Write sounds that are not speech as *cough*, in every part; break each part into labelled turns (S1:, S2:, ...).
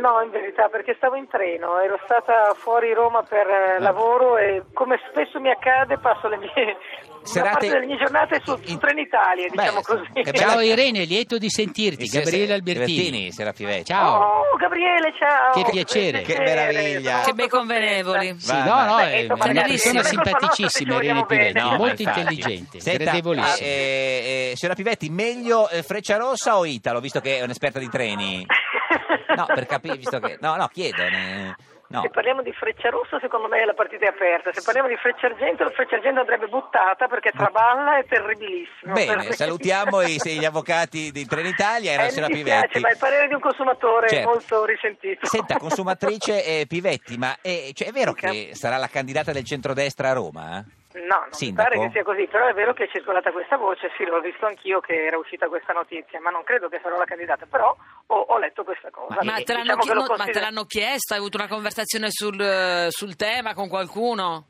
S1: No, in verità, perché stavo in treno, ero stata fuori Roma per eh,
S2: Ah.
S1: lavoro e come spesso mi accade passo le
S2: *laughs*
S1: mie, una parte
S2: Serate-
S1: delle mie giornate su, su
S2: in-
S1: Trenitalia, diciamo
S2: Beh,
S1: così.
S2: che
S1: *laughs*
S3: Ciao Irene, lieto di
S4: Eh,
S3: sentirti.
S2: Se-
S3: Gabriele
S2: se-
S3: Albertini.
S2: Albertini, Sera Pivetti.
S3: Ciao.
S1: Oh, Gabriele, ciao!
S3: Che piacere.
S2: Che meraviglia.
S1: sono
S4: Che bei
S1: molto
S4: convenevoli.
S3: Sì,
S1: *laughs*
S2: Vai,
S3: no,
S2: vai.
S3: no, eh,
S1: Beh,
S3: è
S1: insomma,
S3: una
S4: ragazzi,
S3: persona
S4: sì, ma
S1: questa
S3: simpaticissima
S1: volta ci
S3: Irene
S1: vogliamo bene.
S3: Pivetti,
S1: No,
S3: molto
S2: infatti.
S3: intelligente,
S2: Senta,
S3: gradevolissima.
S2: eh, eh, eh, signora Pivetti, meglio eh, Freccia Rossa o Italo, visto che è un'esperta di treni?
S1: contenta.
S2: No, per capire, visto che... No, no, chiedo. ne- No.
S1: Se parliamo di freccia rossa, secondo me la partita è aperta. Se parliamo di freccia argento, la freccia argento andrebbe buttata perché traballa è terribilissimo. Per *laughs*
S2: Bene,
S1: cui-
S2: salutiamo i-
S1: *laughs*
S2: gli avvocati di Trenitalia e la
S1: Eh,
S2: signora
S1: mi
S2: Pivetti.
S1: dispiace, ma il parere di un consumatore è
S2: Certo.
S1: molto risentito.
S2: Senta, consumatrice eh, Pivetti, ma eh, cioè, è vero
S1: Dica.
S2: che sarà la candidata del centrodestra a Roma?
S1: *laughs* No, non
S2: Sindaco?
S1: mi pare che sia così, però è vero che è circolata questa voce, sì, l'ho visto anch'io che era uscita questa notizia, ma non credo che sarò la candidata, però ho, ho letto questa cosa.
S4: Ma
S1: e
S4: te, l'hanno
S1: diciamo che
S4: chi-
S1: lo
S4: no, ma te
S1: considero-
S4: l'hanno chiesto? Hai avuto una conversazione sul, eh, sul tema con qualcuno?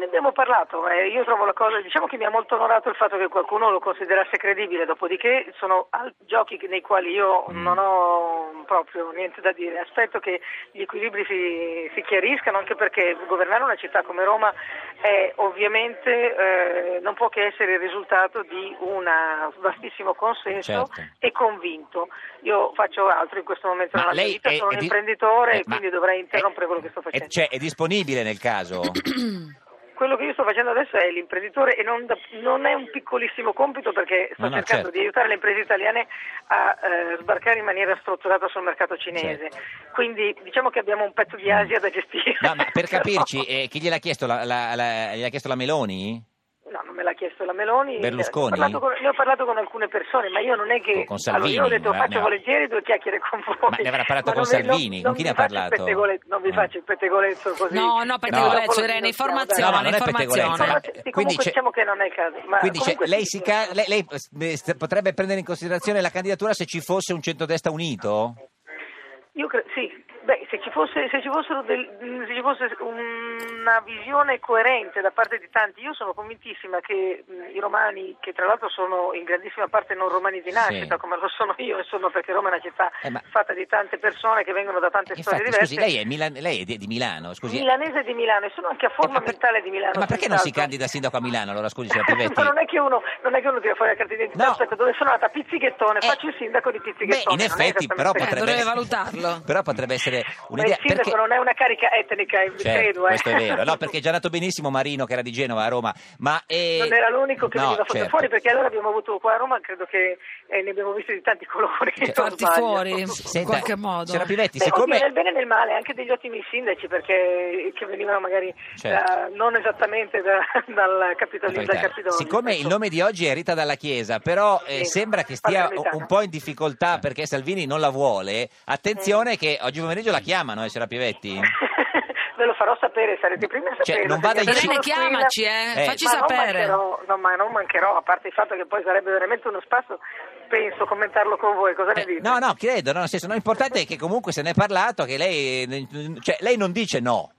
S1: Ne abbiamo parlato, eh, io trovo la cosa, diciamo che mi ha molto onorato il fatto che qualcuno lo considerasse credibile, dopodiché sono al- giochi che- nei quali io
S2: Mm.
S1: non ho proprio niente da dire, aspetto che gli equilibri si, si chiariscano anche perché governare una città come Roma è ovviamente eh, non può che essere il risultato di un vastissimo consenso
S2: Certo.
S1: e convinto. Io faccio altro in questo momento
S2: Ma
S1: nella mia
S2: lei
S1: vita,
S2: è-
S1: sono
S2: è
S1: un
S2: di-
S1: imprenditore
S2: eh,
S1: e
S2: ma-
S1: quindi dovrei interrompere
S2: eh,
S1: quello che sto
S2: eh,
S1: facendo.
S2: Cioè, è disponibile nel
S1: *coughs*
S2: caso?
S1: Quello che io sto facendo adesso è l'imprenditore e non, da- non è un piccolissimo compito perché sto
S2: No, no,
S1: cercando
S2: certo.
S1: di aiutare le imprese italiane a eh, sbarcare in maniera strutturata sul mercato
S2: Certo.
S1: cinese. Quindi diciamo che abbiamo un pezzo di Asia da gestire.
S2: Mm. Ma, ma
S1: *laughs*
S2: per
S1: Però-
S2: capirci, eh, chi gliel'ha chiesto? La, la- la- gliel'ha chiesto la Meloni?
S1: No, non me l'ha chiesto la Meloni.
S2: Berlusconi?
S1: Ne ho parlato con, ne ho parlato con alcune persone, ma io non è che...
S2: Con Salvini,
S1: allora, io ho detto
S2: ne avrà-
S1: faccio
S2: ne avrà-
S1: volentieri due chiacchiere con voi.
S2: Ma ne avrà parlato
S1: Ma
S2: con
S1: non vi- non-
S2: Salvini? Con
S1: non
S2: chi
S1: vi
S2: ne ha
S1: faccio il
S2: parlato?
S1: pettegole- non vi
S2: Eh.
S1: faccio il pettegolezzo così.
S4: No, no, pettegolezzo,
S1: Dopo lo
S4: Irene,
S1: sfilacciamo,
S4: informazione.
S1: dai.
S2: no, ma non è
S4: informazione.
S2: pettegolezzo. ma-
S1: Però c- sì, comunque
S2: c'è-
S1: diciamo che non è il caso, ma
S2: quindi c'è-
S1: comunque
S2: lei,
S1: sì.
S2: si ca- lei- lei, eh, s- potrebbe prendere in considerazione la candidatura se ci fosse un centrodestra unito?
S1: Io cre- sì, beh, se ci fosse, se ci fossero del- mm, se ci fosse una visione coerente da parte di tanti, io sono convintissima che mm, i romani, che tra l'altro sono in grandissima parte non romani di nascita,
S2: Sì.
S1: come lo sono io, insomma, perché Roma è una città
S2: Eh, ma- Eh,
S1: fatta di tante persone che vengono da tante storie
S2: Infatti,
S1: diverse.
S2: scusi, lei è, Milan- lei è di, di Milano, scusi.
S1: Milanese di Milano e sono anche a
S2: Eh,
S1: forma
S2: ma per-
S1: mentale di Milano.
S2: Ma perché non si
S1: senz'altro.
S2: candida sindaco a Milano? Allora, scusi,
S1: *laughs*
S2: signora Pivetti.
S1: Ma non è che uno, non è che uno tira fuori la carta d'identità,
S2: No.
S1: aspetta, dove sono andata? Pizzighettone,
S2: Eh.
S1: faccio il sindaco di
S2: Beh,
S1: Pizzighettone.
S2: in
S1: non è
S2: effetti, però
S1: esattamente-
S2: potrebbe,
S4: dovrebbe valutarlo.
S2: però potrebbe essere
S1: Ma il
S2: un'idea.
S1: sindaco
S2: perché-
S1: non è una carica etnica, eh,
S2: Certo,
S1: credo. eh.
S2: questo è vero,
S1: *laughs*
S2: no, perché è già nato benissimo Marino che era di Genova a Roma, ma eh,
S1: Non era l'unico che
S2: no,
S1: veniva fatto
S2: certo.
S1: fuori, perché allora abbiamo avuto qua a Roma, credo che eh, ne abbiamo visti di tanti colori. se non
S4: Farti
S1: sbaglio.
S4: fuori,
S1: Beh,
S2: Senta,
S4: in qualche modo.
S2: Signora Pivetti,
S1: oddio,
S2: Cioè, siccome
S1: nel bene e nel male, anche degli ottimi sindaci, perché che venivano magari
S2: Certo.
S1: da- non esattamente da- dal Capitolino, dal Capitolio.
S2: Siccome il nome di oggi è Rita dalla Chiesa, però eh,
S1: ecco. Sì,
S2: sembra che stia un-
S1: patriarcale.
S2: un po' in difficoltà perché Salvini non la vuole,
S1: Mm.
S2: attenzione che oggi pomeriggio la chiamano, eh, signora
S1: *laughs*
S2: Pivetti?
S1: Ve lo farò sapere, sarete i primi a
S2: Cioè,
S1: sapere.
S2: non vada in
S1: perché
S2: giro-
S1: sono
S4: Irene,
S1: squilla.
S4: chiamaci, eh,
S2: Eh.
S4: facci
S1: ma
S4: sapere.
S1: Non mancherò, no, ma non mancherò, a parte il fatto che poi sarebbe veramente uno spazio, penso, commentarlo con voi. Cosa ne
S2: Eh,
S1: dite?
S2: no, no, credo, no, nel senso, no, l'importante è che comunque se ne è parlato, che lei, cioè, lei non dice no.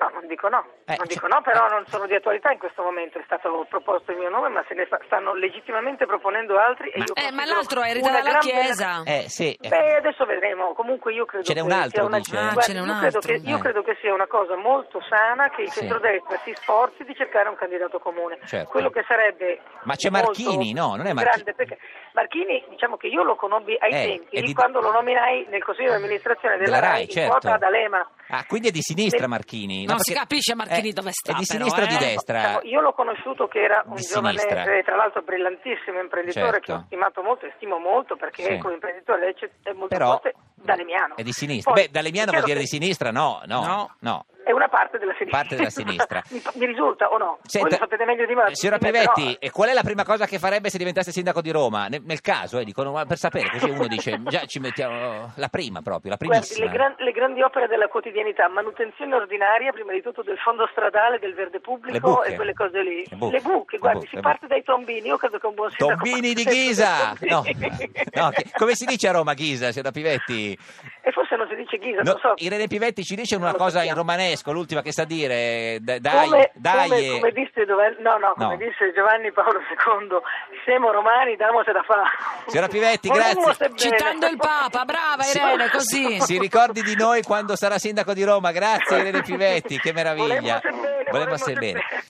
S1: No, non dico no,
S2: Eh,
S1: non
S2: cioè-
S1: dico no, però non sono di attualità in questo momento, è stato proposto il mio nome, ma se ne fa- stanno legittimamente proponendo altri e io
S4: Eh, ma
S1: considero
S4: l'altro è Rita
S1: una
S4: dalla
S1: gran
S4: Chiesa.
S2: Eh, sì. eh.
S1: Beh, adesso vedremo. Comunque io credo
S2: Ce n'è
S1: che
S2: un altro,
S1: sia una...
S2: dice, eh?
S4: Ah,
S1: Guardi,
S4: ce n'è un
S1: io credo
S4: altro.
S1: Che, io
S2: Eh.
S1: credo che sia una cosa molto sana che il
S2: Sì.
S1: centrodestra si sforzi di cercare un candidato comune.
S2: Certo.
S1: Quello che sarebbe
S2: Ma c'è
S1: molto
S2: Marchini, no? Non è Marchini.
S1: grande, perché Marchini, diciamo che io lo conobbi ai
S2: Eh, è
S1: tempi
S2: di-
S1: quando lo nominai nel consiglio di amministrazione della,
S2: della
S1: Rai,
S2: Rai,
S1: in
S2: certo.
S1: quota ad Alema.
S2: Ah, quindi è di sinistra
S1: Beh,
S2: Marchini.
S4: non si capisce Marchini dove sta,
S2: È di
S4: però,
S2: sinistra o di
S4: eh.
S2: destra?
S1: Diciamo, io l'ho conosciuto che era un
S2: Di
S1: giovane,
S2: sinistra.
S1: eh, tra l'altro brillantissimo imprenditore
S2: Certo.
S1: che ho stimato molto e stimo molto perché
S2: Sì.
S1: come imprenditore lei c'è- è molto
S2: Però
S1: forte da Lemiano.
S2: è di sinistra. Beh, Dalemiano vuol dire di sinistra? No, no,
S4: No.
S2: no.
S1: è una parte della sinistra.
S2: Parte della sinistra. eh,
S1: *laughs* mi, mi risulta o no? Voi lo sapete meglio di me.
S2: Signora
S1: di me, però-
S2: Pivetti, e qual è la prima cosa che farebbe se diventasse sindaco di Roma? Ne- nel caso, eh, dicono, ma per sapere, così uno
S1: *laughs*
S2: dice, già ci mettiamo la prima proprio, la
S1: Guardi,
S2: primissima.
S1: le, gran- le grandi opere della quotidianità, manutenzione ordinaria, prima di tutto del fondo stradale, del verde
S2: Le
S1: pubblico
S2: buche.
S1: e quelle cose lì.
S2: Le buche. Le
S1: guardi,
S2: buche,
S1: si
S2: le
S1: parte
S2: buche.
S1: dai tombini, io credo che un buon sindaco...
S2: Tombini di
S1: faccia
S2: Ghisa!
S1: sempre *laughs* dai
S2: No,
S1: tombini.
S2: no, che- come si dice a Roma Ghisa, signora Pivetti?
S1: *laughs* E forse non si dice Ghisa,
S2: No,
S1: non so.
S2: Irene Pivetti ci dice
S1: Non
S2: una
S1: lo
S2: cosa in
S1: sappiamo.
S2: romanesco, l'ultima che sa dire, d- dai,
S1: Come,
S2: dai.
S1: come-
S2: eh.
S1: come disse, Dove- no, no,
S2: No.
S1: come disse Giovanni Paolo II, siamo romani, damo se la fa.
S2: Signora Pivetti,
S1: Volummo
S2: grazie.
S1: se bene.
S4: Citando il Papa, brava
S1: Sì.
S4: Irene, così.
S2: Si ricordi di noi quando sarà sindaco di Roma, grazie Irene Pivetti, che meraviglia.
S1: Volemmo se bene, volemmo se bene.